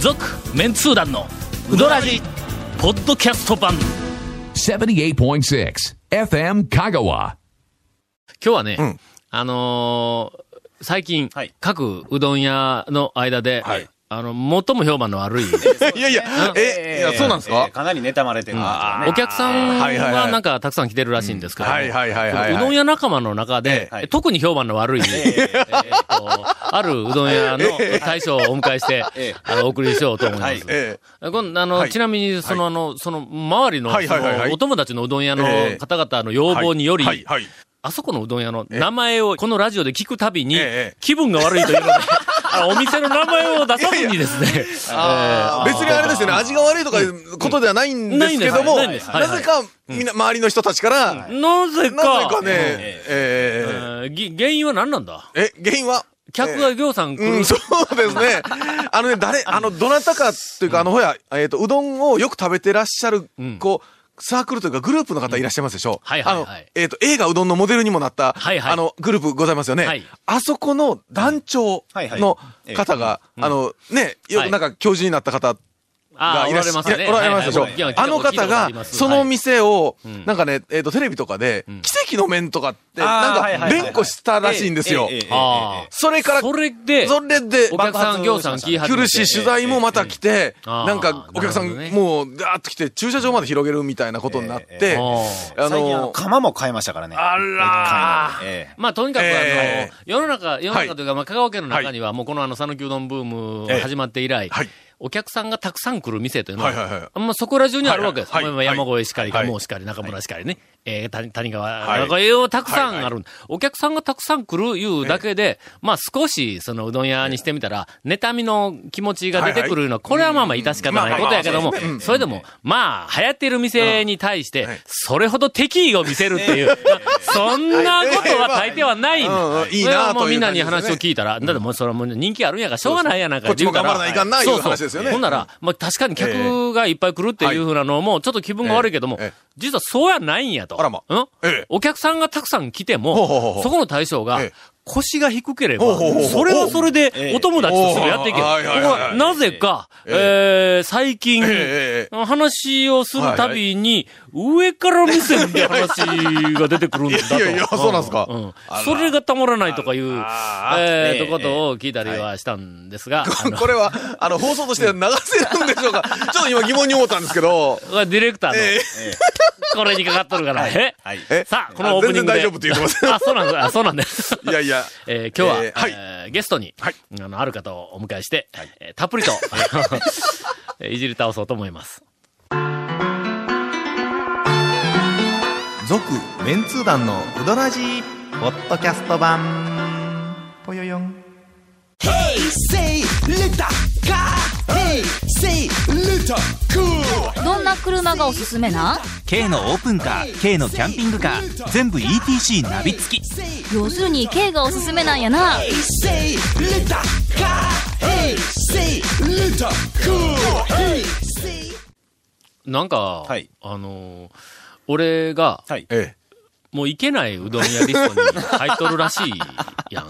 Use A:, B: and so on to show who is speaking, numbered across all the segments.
A: 続メンツー団のウドラジポッドキャスト版今
B: 78.6 FM Kagawa.
C: 日はね、あのー最近、
D: はい
C: 各うどん屋の間で、
D: はい
C: あの、最も評判の 悪い、
E: いやいや、え、いや、そうなんですか
D: かなり妬まれてるんですよね。
C: お客さん
E: はいはいは
C: が
E: い
C: なんかたくさん来てるらしいんですけど、
E: はいはいはいはい。
C: うどん屋仲間の中で、
D: はい
C: 特に評判の 悪い、えっとあるうどん屋の大将をお迎えして、
D: ええ
C: あのお送りしようと思います。
D: はい
E: え
C: こんあの、
E: はい
C: ちなみに、その、あの、その、周りの、
E: はいはいはいはい
C: そのお友達のうどん屋の
E: ええ
C: 方々の
E: え
C: 要望により、
E: はいはい。
C: あそこのうどん屋の名前をこのラジオで聞くたびに
E: ええ、
C: 気分が悪いと いうので、あのお店の名前を出さずにですね、
E: あー別にあれですよね、味が悪いとかいうことではないんですけども、
C: ない
E: なん
C: で
E: ぜ
C: すはいないんです
E: か、みんな、周りの人たちから、なぜ
C: なぜ
E: か
C: か、
E: ね、
C: えー
E: え
C: ぎ原因は何なんだ
E: ーえ、原因は
C: 客がぎょうさん来
E: う
C: る
E: ん、そうですね。あのね、誰、あの、どなたかというか、あの、ほや、えっと、うどんをよく食べてらっしゃる
C: ん、
E: こう、サークルというかグループの方いらっしゃいますでしょ
C: はいは
E: あ
C: いはい
E: の、えっと、映画うどんのモデルにもなった、
C: はいはい
E: あの、グループございますよね。
C: はい
E: あそこの団長
D: はいはい
E: の
D: ええ
E: 方が、あの、ね、よくなんか教授になった方
C: あ
E: が
C: あ、
E: い
C: おら
E: らっし
C: れ
E: ゃ
C: ますね。
E: いらおられますでしょ
C: はいはい
E: あの方が、その、店を
C: ん、
E: なんかね、えっと、テレビとかで、奇跡の麺とかって、
D: あーは
E: ないん
D: は
E: か、
D: いはい
E: 連呼したらしいんですよ
D: えええ。えええ
C: ああ
E: それから、
C: それで、
E: それで、
C: お客さんぎょうさん来始めて
E: 来るし、取材もまた来て、
C: あー
E: なんか、お客さん
C: なるほどね、
E: もう、ガーッと来て、駐車場まで広げるみたいなことになっ
D: え
E: て、
C: あ
D: え最近あ
E: あ
D: の、
E: の、
D: 釜も買いましたからね。
E: あらー
D: ええ
C: まあ、とにかく、あの、
E: ええ
C: 世の中、世の中というか、まあ、香川県の中には、もうこのあの、讃岐うどんブーム
E: ええ
C: 始まって以来、
E: はい
C: お客さんがたくさん来る店というのは、
E: はいはいはい
C: あんまそこら中にあるわけです。
E: はいはい
C: まあ山越えしかり、
E: はい
C: 蒲生しかり、中村しかりね、えー谷谷
E: は
C: 川、
E: い
C: 中川たくさんある、
E: はい
C: お客さんがたくさん来るいうだけで、まあ、少し、その、うどん屋にしてみたら、妬みの気持ちが出てくるのは、これはまあまあ、致し方ないことやけども
E: まあまあそうですねう、ん
C: それでも、まあ、流行ってる店に対して
E: はい、
C: それほど敵意を見せるって いう、そんなことは大抵はないんだ
E: うんうんいい
C: それは
E: な
C: も
E: と
C: う
E: い
C: みん
E: う
C: な
E: 感
C: に
E: じですね
C: 話を聞いたら、だってもうそれはもう人気あるんやから、しょうがないやなんか
E: こっち
C: 言
E: も
C: うか
E: 頑
C: ら。
E: 張らないかんな、いう話
C: そう
E: で
C: そう。
E: すよね。
C: ほんなら、まあ確かに客がいっぱい来るっていうふうなのも、ちょっと気分が悪いけども
E: ええええ、
C: 実はそうやないんやと。
E: あらま
C: うん
E: ええ
C: お客さんがたくさん来て
E: ほうほうほう
C: も
E: ほ、う
C: そこの対象が
E: ええ、
C: 腰が低けれ
E: ほ
C: ば
E: うほうほう、
C: それはそれでお友達としてやっていける。と
E: ええ
C: こ
E: おーはいはいはい
C: ろがなぜか、
E: ええ
C: えー最近、
E: えええええ
C: 話をするたびに、上から目線で話が出てくるんだと。
E: いやいやそうなんすか
C: うんそれがたまらないとかいう、
E: あ
C: えー
D: え
C: と
D: え
C: ことを聞いたりはしたんですが、あの
E: これは、あの、放送としては流せるんでしょうかちょっと今疑問に思ったんですけ
C: こ
E: ど、
C: れはディレクターの、
E: え
C: これにかかっとるから、え
D: はい。
E: え
C: さあ、このオープニング
E: あ
C: で。
E: 全然大丈夫って言ってます。
C: あ、そうなんです。あ、そうなんです。
E: いやいや、
C: えー今日は、
E: えーはい
C: えーゲストに、
E: はい
C: あの、ある方をお迎えして、えーたっぷりと、 えーいじり倒そうと思います。
F: 続メンツー団のウドラジーポッドキャスト版ぽよよん
G: Say little car. Hey, say little cool.
H: どんな車がおすすめなん
I: K のオープンカー K のキャンピングカー全部 ETC ナビ付き
H: 要するに軽がおすすめなんやな。
G: Hey, say little car. Hey, say little cool. Hey, say.
C: なんか、
D: はい
C: あのー俺が、
D: はい。
E: ええ。
C: もういけないうどん屋リストに入っとるらしいやん。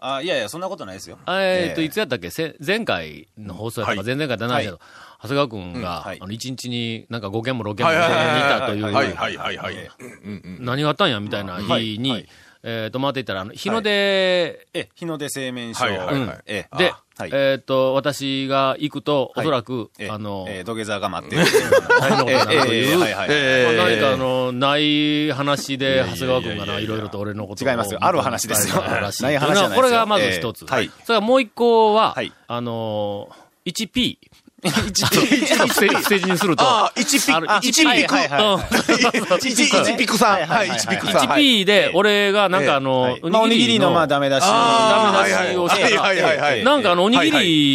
D: あいやいや、そんなことないですよ。
C: えーっと、
D: ええ
C: いつやったっけせ前回の放送やったか、
E: はい
C: 前々回じゃないけど、長谷川くんが、
D: うんはい
C: あの、1日になんか5件も6件も
E: は
C: う
E: い
C: どん
E: は
C: 屋
E: い
C: にいたという、
E: はいはいはいはい。
D: え
C: 何があったんやみたいな日に、
D: はいはい
C: えーっと、回っていったら、あの日の出、
D: ええ、日の出製麺所。
E: はいはい
C: はい
D: うんええ
C: で、
D: はい
C: えーっと、私が行くと、お
D: はい
C: そらく、
D: ええ
C: あの、
D: ええ土下座が待ってる。
C: 大変なことになるという
D: ええええはいはい
E: え
C: まあ何かあの、ない話で、長谷川君が
E: いやいやいや
C: な、
E: いや
C: いろいろと俺のことを
D: 違いますよある話ですよ
C: あるらしい
D: ない話じゃないですよ
C: これがまず一つ。
D: ええはい
C: それからもう一個は、
D: はい
C: あのー、1P。1P。ステージにすると。
E: ああ、1ピ
C: あ
E: ク
C: の、
D: あ一ピ
C: はいはい はい
D: は
C: うん
E: 一一ピクさん。はい、1ピクさん。はい
C: 1P で、俺がなんかあの、
D: まあ、おにぎりの、まあ、ダメ出し。
E: あー
C: ダメ出しをしたら
E: はいはいはいはい。
C: なんかあの、おにぎ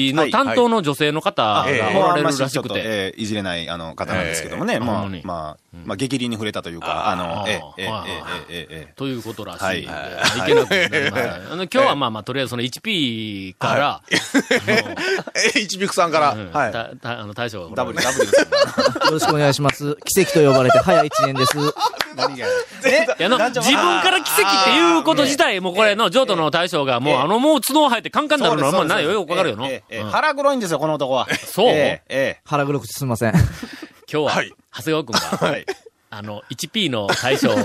C: りの担当の女性の方が
E: はいはい
C: お
D: もう
C: られ
D: あん
C: る
D: ま
C: ら
D: しち
C: し
D: ょっ
C: く
D: と、
C: て。
D: ええいじれない、あの、方なんですけどもね。
C: ほ
D: まあ、
C: んまに
D: まあ、まあ、激凛に触れたというか、あの、ええ、ええ
C: あー、
D: ええ、ええ、ええ。
C: ということらしいんで。
D: はい
C: いけなくなりましたねあの今日はまあまあ、とりあえずその 1P から、
E: え、一ピクさんから。
C: うん
E: はい。
C: たたあの大将が
D: ダブル、
C: こ
D: ダブルですよ。
J: よろしくお願いします。奇跡と呼ばれて早1年です。
D: 何が え
C: いやの、自分から奇跡っていうこと自体、もうこれの、譲渡の大将が、もうあの、もう角を生えてカンカンになるのは、まあ、ないよ、よくわかるよの。
D: ええええ
C: うん
D: 腹黒いんですよ、この男は。
C: そう
D: えええ
J: 腹黒くてすみません。
C: 今日は、
E: はい
C: 長谷川くん
D: え
C: が、
D: はい。
C: あの、1P の大将の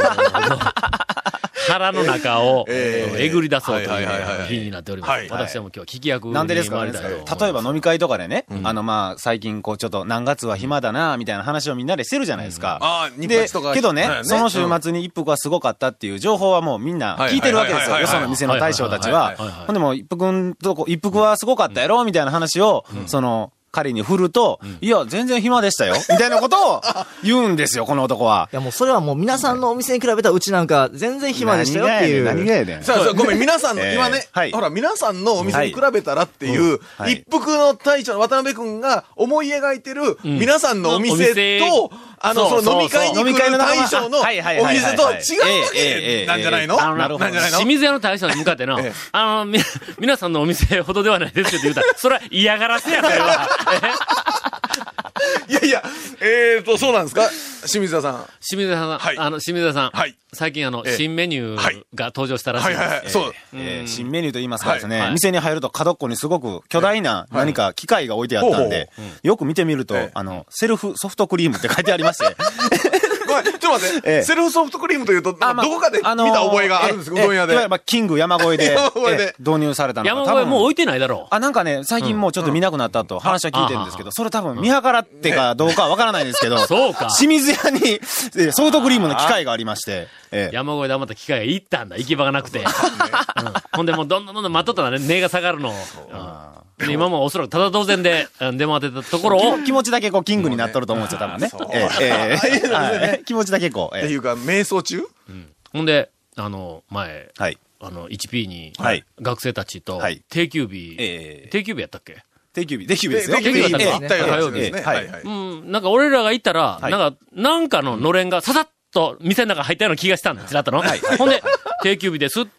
C: 腹の中を
E: ええ
C: えぐり出そうと
E: はいいはいはいは
C: う
E: い
C: 日になっており
E: は
C: ま
E: い
C: す。私はもう今日は聞き役に
D: なん
C: 回
D: でです
C: り
D: か
C: た
D: ないん
C: と
D: です
C: 思います
D: か例えば飲み会とかでね、あのまあ最近こうちょっと何月は暇だな、みたいな話をみんなでしてるじゃないですか。
E: ああ日
D: で
E: 活とか、
D: けどね、
E: はいね
D: その週末に一服はすごかったっていう情報はもうみんな聞いてるわけですよ。
E: はいはいはいはい
D: よその店の大将たちは
C: はいはいはいはい。
D: ほんでもう一服んとこ、一服はすごかったやろみたいな話を、その、彼に振ると、いや、全然暇でしたよ。 みたいなことを言うんですよ、この男は。
J: いやもうそれはもう皆さんのお店に比べたらうちなんか全然暇でしたよっていう。
D: 何がやねん。何がやねん
E: さあ、さあごめん、皆さんの、
D: えー
E: 今ね、
D: はい
E: ほら、皆さんのお店に比べたらっていう、
D: はいうん
E: 一服の大将の渡辺くんが思い描いてる、
C: ん
E: 皆さんのお
C: お
E: 店
C: 店
E: と、あの、
C: そ
E: そうの飲み会に
D: そうそう
E: 来る大将のお
D: はいはいはいはいは
E: 店
D: い
E: と違うわけなんじゃないの
D: ええええええええ
C: あの
D: な
C: な
D: るほど
E: なんじゃないの
C: 清水屋の大将に向かってな、あの、み、皆さんのお店ほどではないですけど言うたら、それは嫌がらせやから。
E: いやいや、えーと、そうなんですか清水田さん。 は
C: 清水屋さん、
E: はい
C: あの、清水屋さん、
E: はい
C: 最近あの、
E: ええ
C: 新メニューが登場したらしい
E: い
C: です。
E: はいはい。そう。
D: えー新メニューと言いますかですね、
C: はいはい
D: 店に入ると角っこにすごく巨大な何か機械が置いてあったんで、よく見てみると、
E: ええ
D: あの、セルフソフトクリームって書いてありまして、
E: ごめん、ちょっと待って、
D: ええ
E: セルフソフトクリームというと、なんか
D: ま
E: どこかで見た覚えがあるんです
D: え
E: う
D: え
E: どん屋で
D: いわ。ゆるまあキング山越えで、
E: 山越えで
D: ええ導入されたの
C: 山
D: が
C: 越
D: 多
C: え
D: 分
C: もう置いてないだろう。
D: あ、なんかね、最近もうちょっと見なくなったと話は聞いてるんですけど、それ多分見計らってかどうかはわからないんですけど、
C: そうか
D: 清水屋にえーソフトクリームの機械がありまして、ええ
C: 山越えで余った機械が行ったんだ。行き場がなくて。うんほんでもうどんどんどんどん待っとったらね、値が下がるのを。うんで今もおそらくただ当然で、うん出回ってたところを、
D: 気持ちだけこうキングになっとると思うんですよ、多分ね。ええええはい気持ちだけこう、え
E: っ
D: え
E: ていうか、瞑想中
C: ほんで、あの、前、
D: はい。
C: あの、1P に
D: はい、
C: 学生たちと
D: はい、
C: 定休日、
D: ええ
C: 定休日やったっけ
D: 定休日。定休日ですよ。
C: 定休日だったんです
D: え
C: か
D: え
E: 行ったような話ですね。
D: ええはい
E: はい。
C: うん、なんか俺らが行ったら、
D: はい
C: なんか、なんかののれんがささっと店の中入ったような気がしたんだ、ちらっとの。 ほんで、定休日ですって、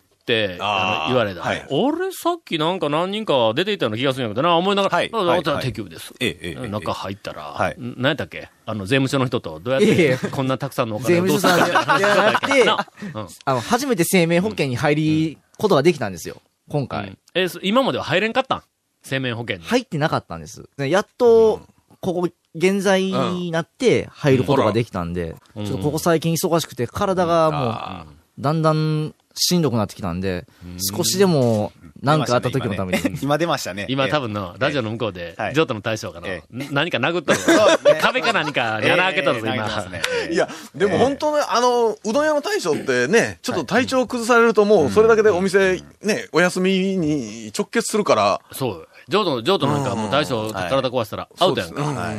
C: あの言われた。
D: はい
C: 俺さっきなんか何人か出ていたような気がするんやけどな、思いながら、
D: はい
C: あだったら
D: はい
C: 定休日です。
D: ええええええ
C: 中入ったら、
D: はい
C: ん何やったっけあの、税務署の人とどうやっ
J: いやい
C: て
J: や
C: こんなたくさんのお
J: 税
C: 金を
J: 務
C: ど
J: 署
C: うする
J: さん
C: か
J: じゃじゃなくて、
C: なうん
J: あの、初めて生命保険に入り、ことができたんですよ。今
C: う
J: 回。
C: んえそ今までは入れんかったん生命保険に。
J: 入ってなかったんです。ねやっと、ここ、現在になって入ることができたんで、
C: ん
J: ちょっとここ最近忙しくて、体がもう、だんだんしんどくなってきたんで、少しでも、何かあった時のために。
D: 今出ましたね。
C: 今多
D: 分。
C: 分の、ラジオの向こうで
D: は、い
C: 譲渡の大将がな
D: え、
C: 何か殴った
D: そうです
C: ぞ
D: ね。
C: 壁か何か、
D: ええ
C: 穴開けたぞ、
D: ええ投げて
C: 今。
D: ますねええ
E: いや、でも本当ね、あの、うどん屋の大将ってね、ちょっと体調崩されるともう、それだけでお店、ね、お休みに直結するから、
C: そう。譲渡の、譲渡なんかもう大将体壊したらアウトやんか。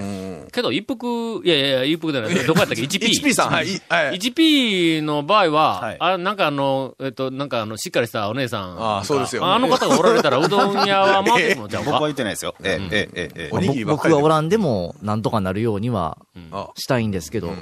C: けど一服、いやいやいや、一服じゃない。どこやったっけ ?1P。
E: HP さん、はい、はい。
C: 1P の場合
D: はい
C: は、あ、なんかあの、えっと、なんかあの、しっかりしたお姉さんが。
E: ああそうですよね
C: ああの方がおられたら、うどん屋は回ってくのちゃう
D: 僕は
C: か
D: 言ってないですよ。ええええええええ
E: おにぎりばっか
J: 僕
E: り
J: が
E: で
J: おらんでも、なんとかなるようには
E: あ、
J: したいんですけど、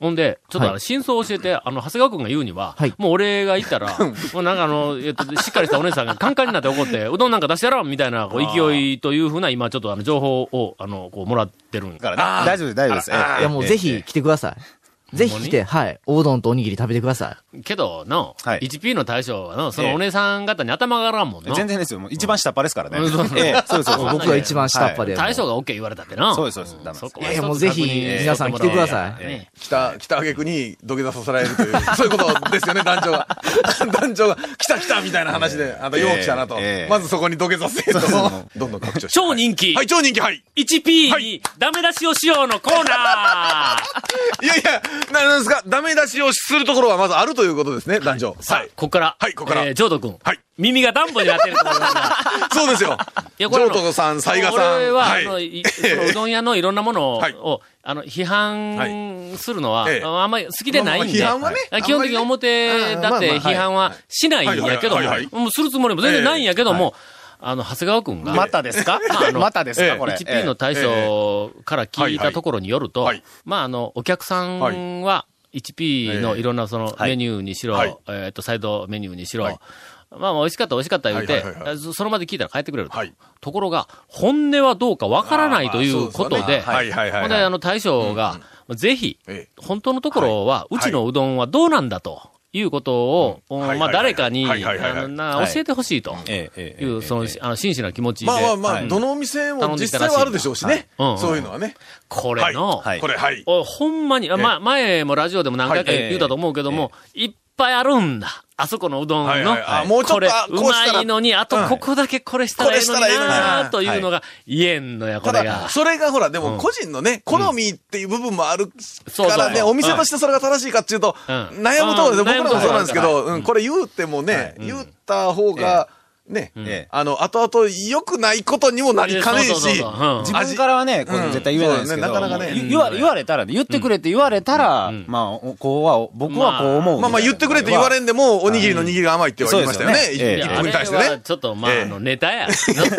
C: ほんで、ちょっとあ
J: は
C: の、
J: い
C: 真相を教えて、あの、長谷川くんが言うには
J: はい、
C: もう俺が行ったら、もうなんかあの、えっと、しっかりしたお姉さんがカンカンになって怒 って、うどんなんか出してやろうみたいな、こう、勢いというふうな、今ちょっとあの、情報を、あの、こう、もらってるん
D: だからね、大丈夫です、大丈夫です。ええええ
J: いやもうぜ
D: え
J: ひ
D: え
J: 来てください。ぜひ来て、
C: ほ
J: はい。おうどんとおにぎり食べてください。
C: けど、の、
D: はい
C: 1P の大将はの、そ
D: え
C: の
D: え
C: お姉さん方に頭が上がらんもんな。
D: 全然ですよ。もう一番下っ端ですからね。
C: うんそうそう
D: ええそうです、そうです。
J: 僕が一番下っ端で。
C: 大将が OK 言われたってな。
D: そうですそうですダメです
C: そこ
J: い
C: は
J: やい
C: 一
J: や
C: つ
J: もうぜひ
C: 確認
J: 皆さん来てください
C: しとかもらおうね
E: 来た、来た挙句に土下座させられるという、そういうことですよね、団長が。 団長が、来た来たみたいな話で、あんたよう来たなと
D: ええ。
E: まずそこに土下座せると
D: そうそう、
E: どんどん拡張して。
C: 超人気、
E: はい、超人気、はい。
C: 1P にダメ出しをしようのコーナー
E: いやいや、ななんですか、ダメ出しをするところはまずあるということですね、団長。
C: さあ、ここから。
E: はいここから
C: えー、ジョード君。
E: はい
C: 耳がダンボになってると思いますが。
E: そうです
C: い
E: よ。ジョ
C: やこれあ
E: ー
C: の
E: トさん、サイガさん。
C: 俺は、
E: は
C: あ
E: い
C: の、い そのうどん屋のいろんなものを、
E: はい
C: をあの、批判するのは、
E: ええ
C: あんまり好きでないんで、
E: まあまあ批判はね
C: はい基本的に
E: あんま
C: 表だって
E: ああまあまあ
C: 批判はしないんやけど
E: はいはいはいはい
C: も、もうするつもりも全然ないんやけども、あの、長谷川君が、
D: またですか
C: まああの
D: またです
E: え
D: か
E: え
D: これ。
C: 1P の大将から聞いたところによると
E: はいはいはい、
C: まあ、あの、お客さんは、1P のいろんなそのメニューにしろ、
E: はい
C: えっと、サイドメニューにしろ、
E: はい
C: まあ、美味しかった美味しかった言うて、
E: はいはいはいはい
C: そその場で聞いたら帰ってくれると。
E: はい
C: ところが、本音はどうかわからないとい
E: あー
C: うこと
E: そうで
C: で、
E: すよねはいはいはいはい
C: ほんで、あの、大将が、ぜひ
E: ええ、
C: 本当のところは、
E: いう
C: ちのうどんはどうなんだということを、お
E: は
C: まあ、
E: いはいはい
C: 誰かに、あ
E: はいはいはいはい
C: のな
D: はい
C: 教えてほしいと
D: ええ
C: い
D: ええええ
C: う、その
D: ええ、
C: あの、真摯な気持ちで、
E: まあまあまあ、
D: はい
E: どのお店
C: 頼
E: も
C: んで
E: 実
C: たらしい
E: 際はあるでしょうしね。
C: はいうんうん
E: そういうのはね。
C: これの、
D: はい
E: これ、はい。
C: おい、ほんまに、あま、前もラジオでも何回か
D: はいええ
C: 言うたと思うけども、いっぱいあるんだ。あそこのうどんの、
E: はいはいあもうちょっと
C: これ
E: あ、
C: う
E: こうしたら
C: まいのに、あとここだけこれしたらいいのに
E: これしたらいいのに
C: な
E: な
C: あというのが言えんのや、こ
E: た
C: れ
E: だ、
C: が。
E: それがほら、でも個人のね、好みっていう部分もある
C: そう
E: からね、
C: そう
E: お店としてそれが正しいかっていうと、
C: うん
E: 悩むところ
C: う
E: で
C: ん
E: す、僕らもそうなんですけ
C: 悩むとこ
E: ど、うんこれ言うてもね、言った方が、ね、
D: ええ
E: あの、後々良くないことにもなりかねえ
C: そうそう
E: し
C: そう、そううん
D: 自分からはね、これ絶対言えないですけど、
E: うんそうだねなかなかね
D: 言言われ言われたらね、言ってくれって言われたら、まあ、おこうは、お僕はこう思う。
E: まあまあ言ってくれって言われんでも、おにぎりの握りが甘いって言われましたよね
D: そうで、すよねええ
E: 一一
C: いやあ
E: 分
C: れ
E: に対してね
C: は。ちょっと、まあ、
E: ええ
C: あの、ネタや。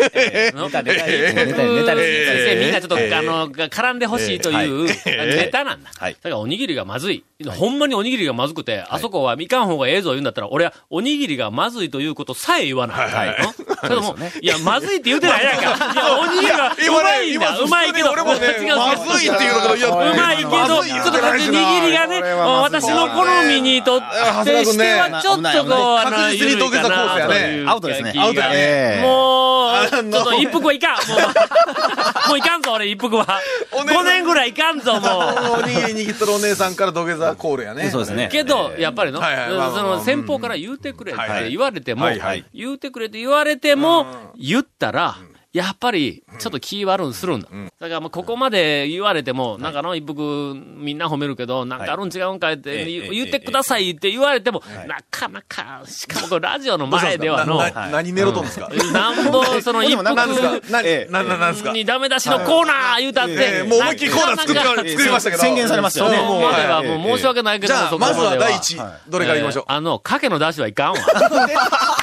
C: ネタ、ネタ、ネタ、ネタ、ネタ、みんなちょっと、あの、絡んでほしいという、ネタなんだ。だから、おにぎりがまずい。ほんまにおにぎりがまずくて、あそこはみかん方がええぞ言うんだったら、俺はおにぎりがまずいということさえ言わない。けども、いや、まずいって言うてないやんか。いや、おにぎりがうまいんだ。うまいけど、
E: 俺もね、まずいっていうのから、いうや、
C: まいけど、ちょっと握りがね、私の好みにとってしては、ちょっとこう、あの、緩いかなという。
D: ええ
C: もう、ち
E: あ
C: ょ
E: の
C: っと一服はいかん。もう、も ういかんぞ、俺、一服は。
E: お姉さ
C: 5
E: ん
C: 年ぐらいいかんぞ、もう。
E: おにぎり握ってるお姉さんから土下座コールやね。
D: そうですね。
C: けど、やっぱりの、そ
E: はいはいまあまあまあ
C: の、先方から言うてくれっ
E: はいは
C: て
E: い
C: 言われても
E: はいはい、
C: 言うてくれって言われても、言ったら、やっぱり、ちょっと気悪んするんだ。だから、ここまで言われても、なんかの、一服、みんな褒めるけど、なんかあるん違うんかいって、
D: はいええ
C: 言う
D: ええ
C: 言ってくださいって言われても、なかなか、しかもこれラジオの前ではの、
E: なな何寝ろとんですか
C: なんぼ、その、一服、
E: 何ですか何
D: ええ
E: 何何ですか
C: にダメ出しのコーナー言うたっ
E: え
C: て
E: え。もう思いっきりコーナー作って
C: な
E: か
C: んから
E: 作りましたけど。
D: 宣言されます
C: そ
D: よ
C: う
D: ね。
C: もうまではもう申し訳ないけ
E: じ
C: ども、
E: ゃ
C: そこ
E: あ、
C: ま
E: ま
C: で
E: ずは第一、どれからい
C: い
E: きましょう。
C: あの、かけの出しはいかんわ。の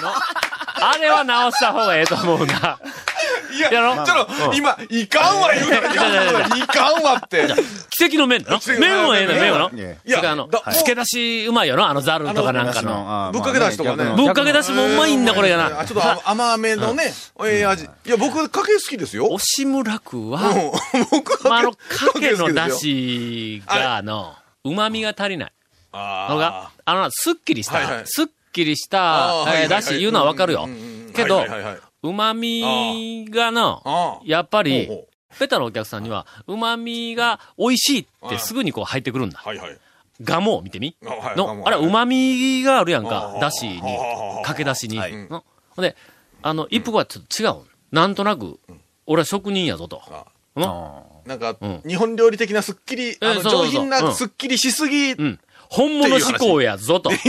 C: あれは直した方がええと思うな。
E: いや、
C: やろ
E: ちょっと、今、いかんわ言うから、いかんわって。
C: 奇跡の麺な
E: 奇跡の麺
C: 麺はええの、
E: 麺
C: 麺はの。
D: え
E: い
C: それ
E: や
C: からあの
E: だ、
C: つけ出しうまいよな、あのザルとかなんかの。
D: ああ
E: ぶっかけ出しとかね
D: まあ
C: ぶっかけ出しもうまいんだ、これが
E: あ
C: な。
E: ちょっと甘甘めのね、ええ味。いや、僕、かけ好きですよ。
C: 押村区
E: うん
C: は、
E: 僕、
C: まあ、あの、かけの
E: 好きです
C: 出
E: よ
C: しが、あの、旨味が足りない。のが
E: あ、
C: あの、すっきりし
E: はいは
C: た、
E: い
C: すっきりし
E: あーはいはい
C: た、
E: は
C: え
E: い
C: ーだし言うのはわかるよ
E: うんうんうん。
C: けど
E: はいはいはい、
C: 旨味が
E: あ
C: の、
E: ー
C: やっぱ
E: ほう
C: り
E: ほ、
C: ベタのお客さんには、旨味が美味しいってすぐにこう入ってくるんだ。
E: はいはい。
C: ガモを見てみ。
E: あはいガ
C: の
E: モ、
C: あれ、旨味があるやんか
E: あ。ー
C: だしに
E: あー、
C: かけだしに。
E: はい
C: のほんで、あの、一服はちょっと違うん。なんとなく、俺は職人やぞと。の
E: なんか
C: うん、
E: 日本料理的なすっきり、あの
C: そうそうそう
E: 上品
C: う
E: なんすっきりしすぎ。
C: うん。本物志向やぞと。の
E: え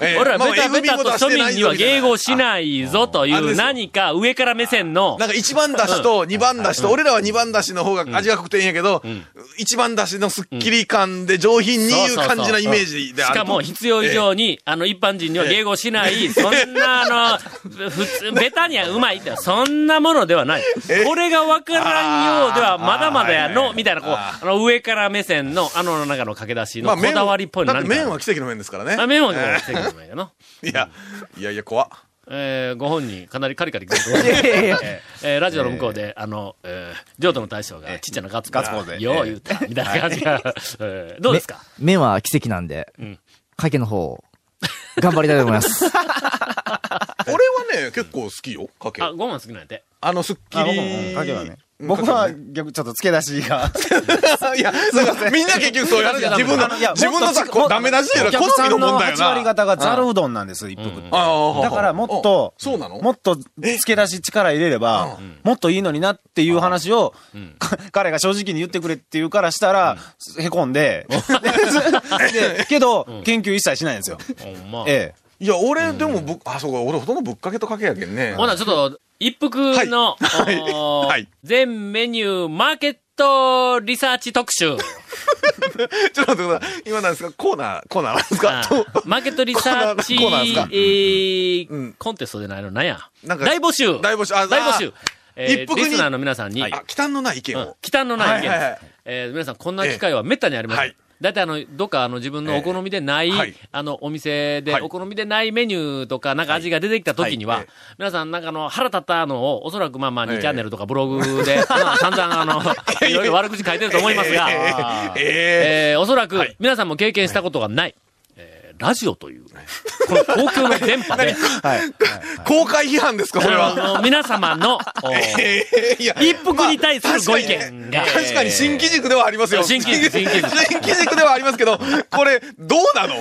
E: え
C: 俺ら
E: まあ
C: ベタベタと庶民には迎合し
E: い。
C: ないぞとい
E: ああれで
C: う
E: すよ
C: 何か上から目線の
E: な、んか一番だしと二番だしと、俺らは二番だしの方が味が濃くていいんやけど
C: ん、
E: 一番だしのすっきり感で上品にいう感じなイメージで
C: し
E: あると。
C: かも必要以上に、あの一般人には迎合しない、そんなあの、普通、ベタにはうまいって、そんなものではない。これがわからんようではまだまだやの、みたいな、こう、あの上から目線の、あの中の駆け出しのこ
E: 麺
C: だ
E: は
C: わりっぽいの
E: だっ
C: 何
E: て
C: か
E: 麺は奇跡の麺ですからね。
C: あ麺はこうしてくれないかな。
E: いや、いやいや、怖っ。
C: えー、ご本人、かなりカリカリくると思いますえーえーラジオの向こうで、あの、えー、譲渡の大将が、ちっちゃなガッツポーズ。
D: ガッツポーズで
C: よう言うた、みたいな感じが、 えーどうですか
J: め麺は奇跡なんで、かけの方、頑張りたいと思い ます。
E: 俺はね、結構好きよ、かけ。
C: あ、
E: あ
C: ご飯好きなんやて。
E: の、すっき
D: あ僕も
E: り。
D: かけはね。僕は逆、ちょっと付け出しが。
E: いや、すいません。みんな結局そうやるじゃん。自分の、
D: いや
E: 自分のさ、
D: もっと
E: こうダメ出しや
D: お
E: ら、
D: 客
E: 好
D: さ
E: み
D: ん
E: の
D: の
E: 問題
D: 8割
E: やな。
D: 方がざるうどんなんです、一服って。
E: ああ
D: だからもっと、
E: おそうなの
D: もっと付け出し力入れれば、もっといいのになっていう話を、か 彼が正直に言ってくれっていうからしたら、へこん で、でけど、研究一切しないんですよ。
C: ほんま。
D: ええ。
E: いや、俺、でも、ぶっあ、そうか、俺ほとんどぶっかけとかけやけんね。
C: ほな、ちょっと、一服の、おー
E: はい
C: 全メニューマーケットリサーチ特集。
E: ちょっと待ってください。今なんですかコーナー、コーナーなんですか
C: あ
E: と
C: ーマーケットリサーチ、
E: コーナーコーナー
C: えー
E: うん
C: コンテストでないのなんや。
E: なんか
C: 大募集
E: 大募集あ
C: 大募集
E: あ
C: え
E: 一
C: ー、
E: 服に
C: リスナーの皆さんに、
E: あ、忌憚のない意見
C: うん
E: を。
C: 忌憚のない意見です。
E: はいはいはい
C: えー皆さん、こんな機会は滅多にありません。
E: はい
C: だいたいあの、どっかあの自分のお好みでない、
E: ええはい
C: あの、お店で、
E: はい
C: お好みでないメニューとか、なんか味が出てきた時には、
E: はいえ
C: 皆さんなんかあの、腹立ったのを、おそらくまあまあ
E: ええ
C: 2チャンネルとかブログ で、まあ散々あの、いろいろ悪口書いてると思いますが、
E: え
C: えーおそらく皆さんも経験したことがない、えーラジオという、この公共の電波 で、
E: 公開批判ですか、これは。
C: あの皆様 の、お
E: いや
C: 一服に対するご意見が
E: まあ確かに確かに新規軸ではありますよ。
C: 新規軸新規軸
E: 新規軸ではありますけど、これ、どうなの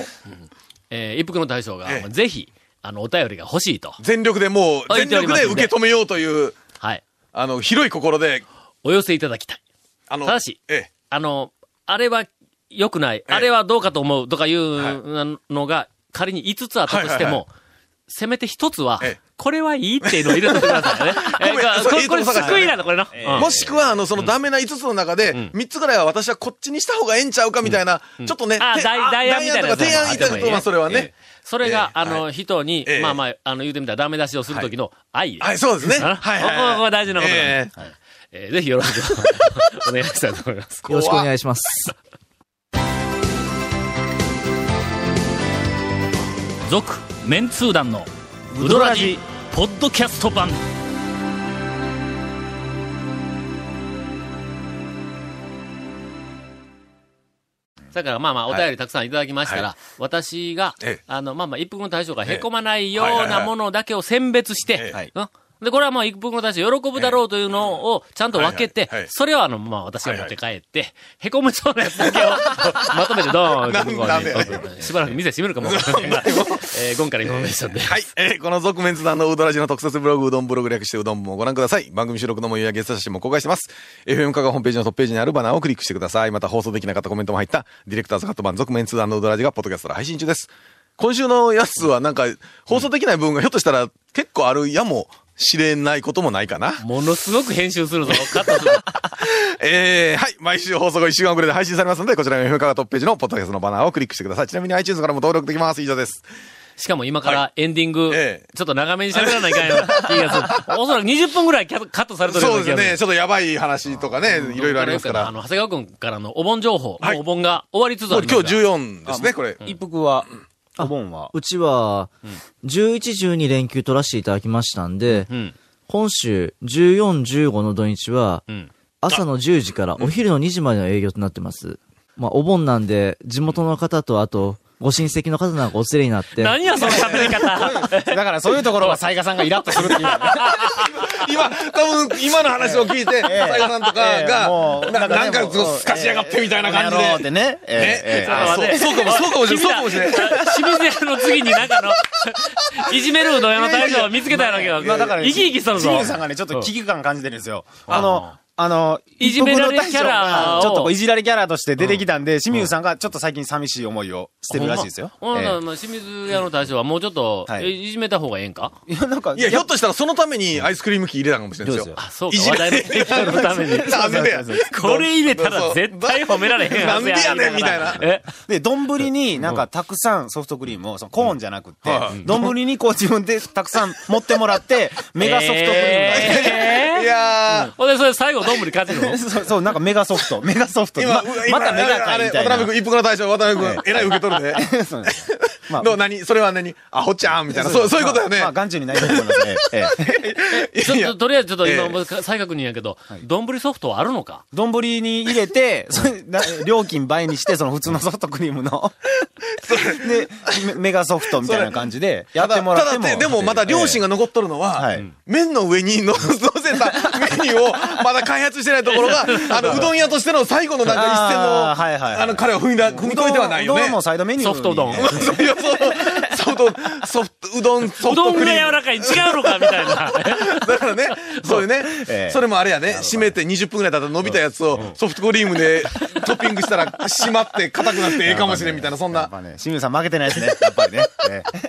C: えー一服の大将が、
E: ええ
C: ぜひ、あの、お便りが欲しいと。
E: 全力でもう、
C: あ言っ
E: 全
C: ており
E: 力
C: ます
E: で
C: んで
E: 受け止めようという、
C: はい。
E: あの、広い心で、
C: お寄せいただきたい。
E: あの、
C: ただし
E: ええ
C: あの、あれは良くない、
E: え
C: あれはどうかと思うとかいう
E: は
C: のが、仮に5つあったとしても、
E: はいはいはい
C: せめて1つは、
E: ええ
C: これはいいっていうのを入れといてくださいね。え
E: ごめん
C: ー
E: そ
C: こ
E: れ
C: れ、これ
E: いいとこ探し
C: 救いなんだ、これの。うん
E: もしくは、あの、そのダメな5つの中で、3つぐらいは私はこっちにした方がええんちゃうかみたいな、ちょっとね、
C: あ
E: て
C: 代代案みたいなや
E: 代
C: つ
E: 案とか提案いただくと、まあ、それはね、
C: それが、
E: ええ
C: あの、人に、
E: ええ
C: まあまあ、あの、言うてみたらダメ出しをする時の愛です。
E: はい、そうですね。
C: あ
E: は
C: の
E: いは
C: こ
E: い
C: こ
E: はい。
C: ここ大事なことなんで
E: ええ
C: えーぜひよろしく お願いしたいと思います。
J: よろしくお願いします。
A: 続メンツー団のウドラジポッドキャスト版
C: だからまあまあお便りたくさんいただきましたら、
E: は
C: 私が
E: ええ、
C: あの、まあまあ、一服の大将が
E: ええ
C: へこまないよ
E: はいは
C: う
E: いは
C: ないものだけを選別して、
E: ええはい
C: うんで、これはまあ、一服の大将喜ぶだろうというのをちゃんと分けて
E: はいはいはい、
C: それをあの、まあ私が持って帰って、へこむそうなやつだ けをまとめてドーンと向こ
E: な
C: うんに
E: で
C: 置く しばらく店閉めるかも しれない。えー、ゴンからインフォメーションで。
E: はい。えーこの続面図団のうどらじの特設ブログ、うどんブログ略してうどんもご覧ください。番組収録の模様やゲスト写真も公開してます。FM カがホームページのトップページにあるバナーをクリックしてください。また放送できなかったコメントも入った、ディレクターズカット版続面通談のうどらじがポッドキャストで配信中です。今週のやつはなんか、放送できない部分がひょっとしたら結構あるやもしれないこともないかな。
C: ものすごく編集するぞ。カットする。
E: えー、はい。毎週放送後1週間遅れで配信されますので、こちらの FM カがトップページのポッドキャストのバナーをクリックしてください。ちなみに iTunes からも登録できます。以上です。
C: しかも今からエンディング、
E: ええ
C: ちょっと長めに喋らないかんような気が する。おそらく20分ぐらいキャカットされてるよう
E: そ
C: な
E: う
C: 気
E: で
C: が
E: す
C: する。
E: ね。ちょっとやばい話とかね、いろいろありますから
C: あ。の、長谷川君からのお盆情報、
E: はい
C: もうお盆が終わりつつ
E: も
C: あ
E: う
C: ります
E: 今
C: が
E: 日14ですね、これ。
D: 一服は、お盆は。
J: うちは、11、12連休取らせていただきましたんで、
C: ん
J: 本州14、15の土日は、
C: ん
J: 朝の10時からお昼の2時までの営業となってます。まあ、お盆なんで、地元の方と、あと、ご親戚の方なんかお連れになって、
C: 何やその喋り 方。
D: だからそういうところは、雑賀さんがイラッとするっていう。
E: 今、多分、今の話を聞 いて、大賀さんとか
D: も
E: が、
D: う
E: なな
D: ね
E: んか、
D: もう
E: すかしやがってみたいな感じ
D: やろうっ
E: で。
D: てね。え
E: ね
D: えええ
E: あそうそうかも、そうかもしれない。そうかもしれない。
C: 清水屋の次になんかの、いじめるうどん屋の大将を見つけたやろうけど、
D: まあだから、
C: 生き生きしとるぞ。
D: 清水さんがね、ちょっと危機感感じてるんですよ。あの、あの、
C: いじめられキャラを
D: 一服の大将がちょっとこういじられキャラとして出てきたんで、清水さんがちょっと最近寂しい思いをしてるらしいですよ。
C: ほんまほん
D: え
C: なら清水屋の大将はもうちょっと、
D: はい
C: えいじめた方がええんか
D: えいや、なんか、
E: いや、ひょっとしたらそのためにアイスクリーム機入れたかもしれないですよ。
C: あ、そう
E: い
C: か、
E: じ
C: 話
E: め
C: 題の提供のた め に。
E: なんでや。
C: これ入れたら絶対褒められへんはずや。
E: なんでやねんみたいな
C: え
D: で、丼になんかたくさんソフトクリームを、そのコーンじゃなくて
E: は、
D: 丼にこう自分でたくさん持ってもらって、メガソフトクリームが。
E: い
C: え
E: やー。
C: ーほんで、それ最後、どんぶり勝 つの
D: そう、そう、なんかメガソフト。メガソフト。
E: 今
D: ま、またメガ
E: あ
D: かみ
E: れ、渡
D: たいな
E: 辺。君、一服の大将、渡辺君、えらい受け取るね。
D: そうなんですよまあ
E: どう、何それは何アホちゃんみたいな。そう、そういうことだよね。
D: まあ、まあ眼中にないと思いますね。ええ。
C: ちょっ
E: いや
C: と、とりあえずちょっと
E: え
C: 今、
E: え
C: もう再確認やけど、どんぶりソフトはあるのか
D: 丼に入れ て、それな料金倍にして、その普通のソフトクリームの。で、メメガソフトみたいな感じで、や
E: た
D: っ
E: だ
D: てもらっても。
E: ただでもまだ両親
D: が、
E: が残っとるのは、
D: はい
E: 麺の上にの乗せたメニューをまだ開発してないとこ ろが、あの、うどん屋としての最後のなんか一線の、
D: あーはいはいはい
E: あの、彼は踏みだ、踏み込めてはないよ
D: う
E: ね
D: どん。もサイドメニューに
C: ソフトうどん。
D: ええ
E: そういやそうソフト、ソフト、うどん、ソ
C: う
E: フ
C: ど
E: ト
C: ん
E: ク
C: が
E: リー
C: 柔
E: ム。
C: らかい違うのかみ たいな。
E: だか らね、そういうね、
D: ええ
E: それもあれやね、締めて20分ぐらい経ったら伸びたやつをソフトクリームでトッピングしたら締まって硬くなってええかもしれんみたいな、そん
D: やっ
E: な。
D: ぱね、清水さん負けてないですね。やっぱりね。ええ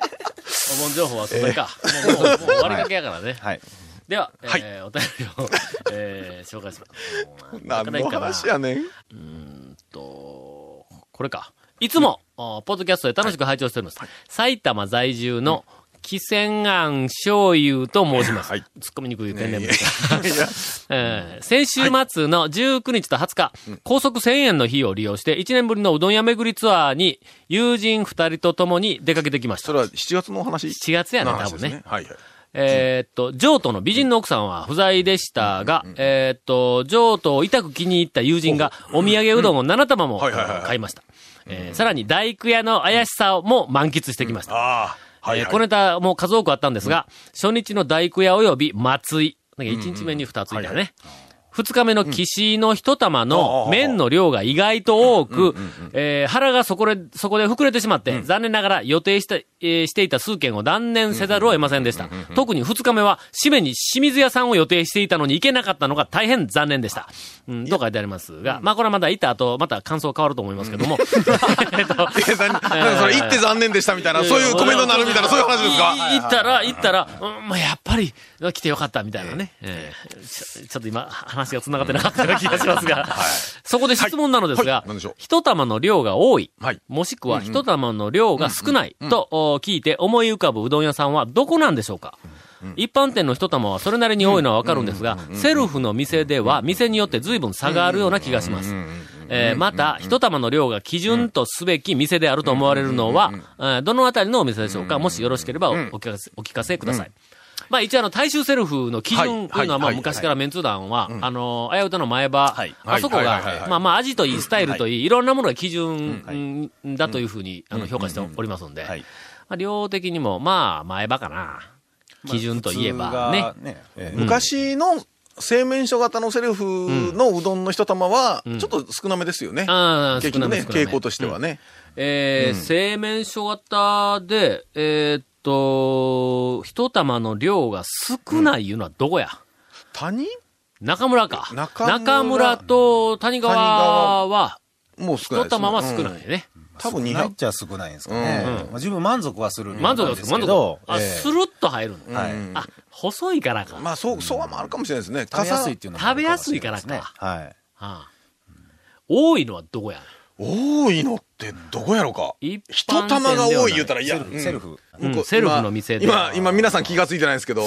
C: お盆情報はそれか。もうもうもう終わりかけやからね。
D: はい。
C: では、え
E: はい
C: ーお便りを、えー紹介します。
E: 何の話やねん。
C: と、これか。いつも、あーポッドキャストで楽しく拝聴しております。埼玉在住の汽船庵醤油と申します。
E: はい
C: 突っ込みにくいペンネームですがえー先週末の19日と20日、高速1000円の日を利用して、1年ぶりのうどん屋巡りツアーに、友人2人と共に出かけてきまし
E: そ
C: た。
E: れは7月のお話
C: 7月やね、
E: の
C: 多
E: 話で
C: 分
E: す
C: ね。
E: はいはい。
C: えーっと、譲渡の美人の奥さんは不在でしたが、えーっと、譲渡を痛く気に入った友人がお土産うどんを7玉も
E: はいはいはいはい
C: 買いました。えーさらに大工屋の怪しさも満喫してきました。
E: ああ、はい、
C: え
E: は
C: ーこ
E: い。
C: のネタも数多くあったんですが、初日の大工屋及び松井。なんか1日目に2ついたよね。2日目の岸の一玉の麺の量が意外と多く、えー腹がそこで、そこで膨れてしまって、残念ながら予定した、えーしていた数件を断念せざるを得ませんでした。特に2日目は、締めに清水屋さんを予定していたのに行けなかったのが大変残念でした。うん、と書いてありますが、まあこれはまだ行った後、また感想変わると思いますけども。えっと
E: え残なんかそれ行って残念でしたみたいな、そういうコメントになるみたいな、そういう話ですか
C: いい行ったら、行ったら、うん、まあ、やっぱり、来てよかったみたいなね。ええちょちょっと今、話が繋がってなかったよう な気がしますが、そこで質問なのです
E: はい
C: が
E: はい何でしょう、
C: 一玉の量が多い
E: はい、
C: もしくは一玉の量が少ないとお聞いて思い浮かぶうどん屋さんはどこなんでしょうか一般店の一玉はそれなりに多いのはわかるんですが、セルフの店では店によって随分差があるような気がします。えーまた、一玉の量が基準とすべき店であると思われるのは、えーどのあたりのお店でしょうかもしよろしければおお聞かせお聞かせください。まあ一応あの、大衆セルフの基準というのはま
E: は
C: あ
E: いはい
C: 昔からメンツー団は、あの、あやうたの前場、
E: はい
C: あそこ
E: はいはいはいは
C: が、
E: い
C: まあまあ味といい、スタイルといい、いろんなものが基準うんだというふうにあの評価しておりますので、
D: はい
C: まあ量的にもまあ前場かな。基準といえばね。
D: ね。ええ
E: 昔の製麺所型のセルフのうどんの一玉は、ちょっと少なめですよね。
C: ああ、少
E: 結
C: な
E: 局
C: め
E: ね、
C: 少なめ
E: 傾向としてはね。
C: えー製麺所型で、えーっと、一玉の量が少ないいうのはどこや、
E: 谷
C: 中村か。
E: 中村
C: と谷川は、
E: もう少な
C: 一
E: いですね。
C: 玉は少ないね。
E: 多分
D: 少ないっ
E: 200。
D: ちゃ少ないんですかね。まあ、十分満足はする量な
C: 満
D: んで
C: 足ですす、
D: け
C: 満
D: ど
C: 足。あ、
D: ええ
C: スルッと入るの。
D: はい
E: うん
C: あ、細いからか。
E: まあ、そう、そうはもあるかもしれないですね。
D: 食べやすいっていうのもあるもしれないです
C: 食べ
D: ね
C: やすい
D: はい。
C: ああ多いのはどこや
E: 多いのってどこやろか。
C: 一
E: 一
C: 般店ではない
E: 玉が多い言うたら、いや、
D: セル
E: う
D: フ、
E: ん
D: セルフ。
C: うん
E: 向こう
C: セルフの店で
E: 今、今今皆さん気がついてないんですけど、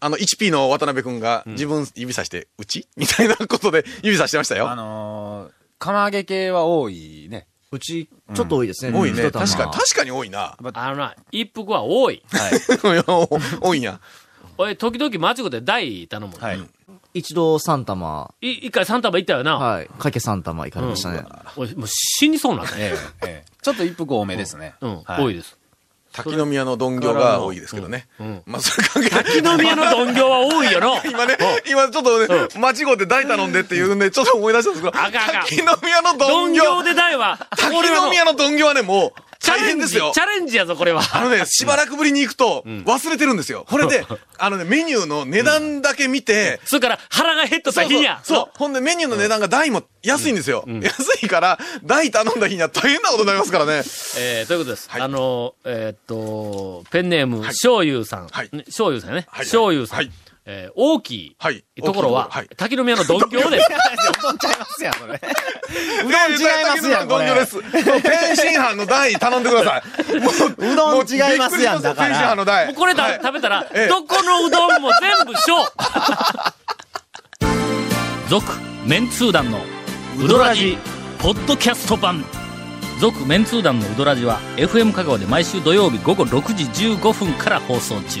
E: あの、1P の渡辺くんが自分指さして、うち みたいなことで指さしてましたよ
D: あ。のー、釜揚げ系は多いね。
J: うち、ちょっと多いですね。
E: 多いね。確
J: 一玉
E: か、確かに多いな。
C: あのな、一服は多い。
E: 多いんや。
C: 俺、時々間違って大頼むの。
D: はい。
J: 一度三玉、
C: い一回三玉いったよな。
J: はい、かけ三玉いかれましたね。
C: 俺、もう死にそうになった。
D: ええ、ええ。ちょっと一服多めですね。
C: うん、
D: はい
C: 多いです。
E: 滝の宮の鈍行が多いですけどね。まあ、それ関係ない。
C: 木の宮の鈍行は多いよの。
E: 今ね、今ちょっとね、間違って大頼んでっていうんで、ちょっと思い出したんですけど、
C: あかんあかん
E: 滝の宮の
C: 鈍
E: 鈍
C: 行
E: 行、
C: で大は、
E: 滝
C: 俺は
E: の
C: もう
E: 宮の鈍行はね、もう、
C: チャ
E: 大
C: レ
E: 変
C: ン
E: で
C: ジ、
E: す
C: チ
E: よ。
C: ャレンジやぞ、これは。
E: あのね、しばらくぶりに行くと、忘れてるんですよ。こ れで、あのね、メニューの値段だけ見て、
C: それから腹が減っとった
E: そう
C: 日
E: そう
C: にや。
E: そう。ほんで、メニューの値段が大も安いんですよ。安いから、大頼んだ日には大変なことになりますからね。
C: えーということです。
E: はい
C: あのー、えーっと、ペンネーム、醤油さん。
E: はい
C: ね醤油さんやね。
E: はい
C: 醤油さん。
E: はい
C: えー大きい。
E: はい
C: ところは、
E: はい
C: 滝の宮の鈍行です。
D: ますやん、それ。
E: うどん違
D: いますやんこれ
E: です。天津飯の大頼んでくだ さい。もう
D: うどん違いますやん
E: もうびっ
D: だ
E: くりしました
D: から
E: 天津飯の大。
C: もうこれだ、
E: はい
C: 食べたら、
E: ええ
C: どこのうどんも全部小。
A: 続メンツー団のウドラジポッドキャスト版続メンツー団のウドラジは FM 香川で毎週土曜日午後6時15分から放送中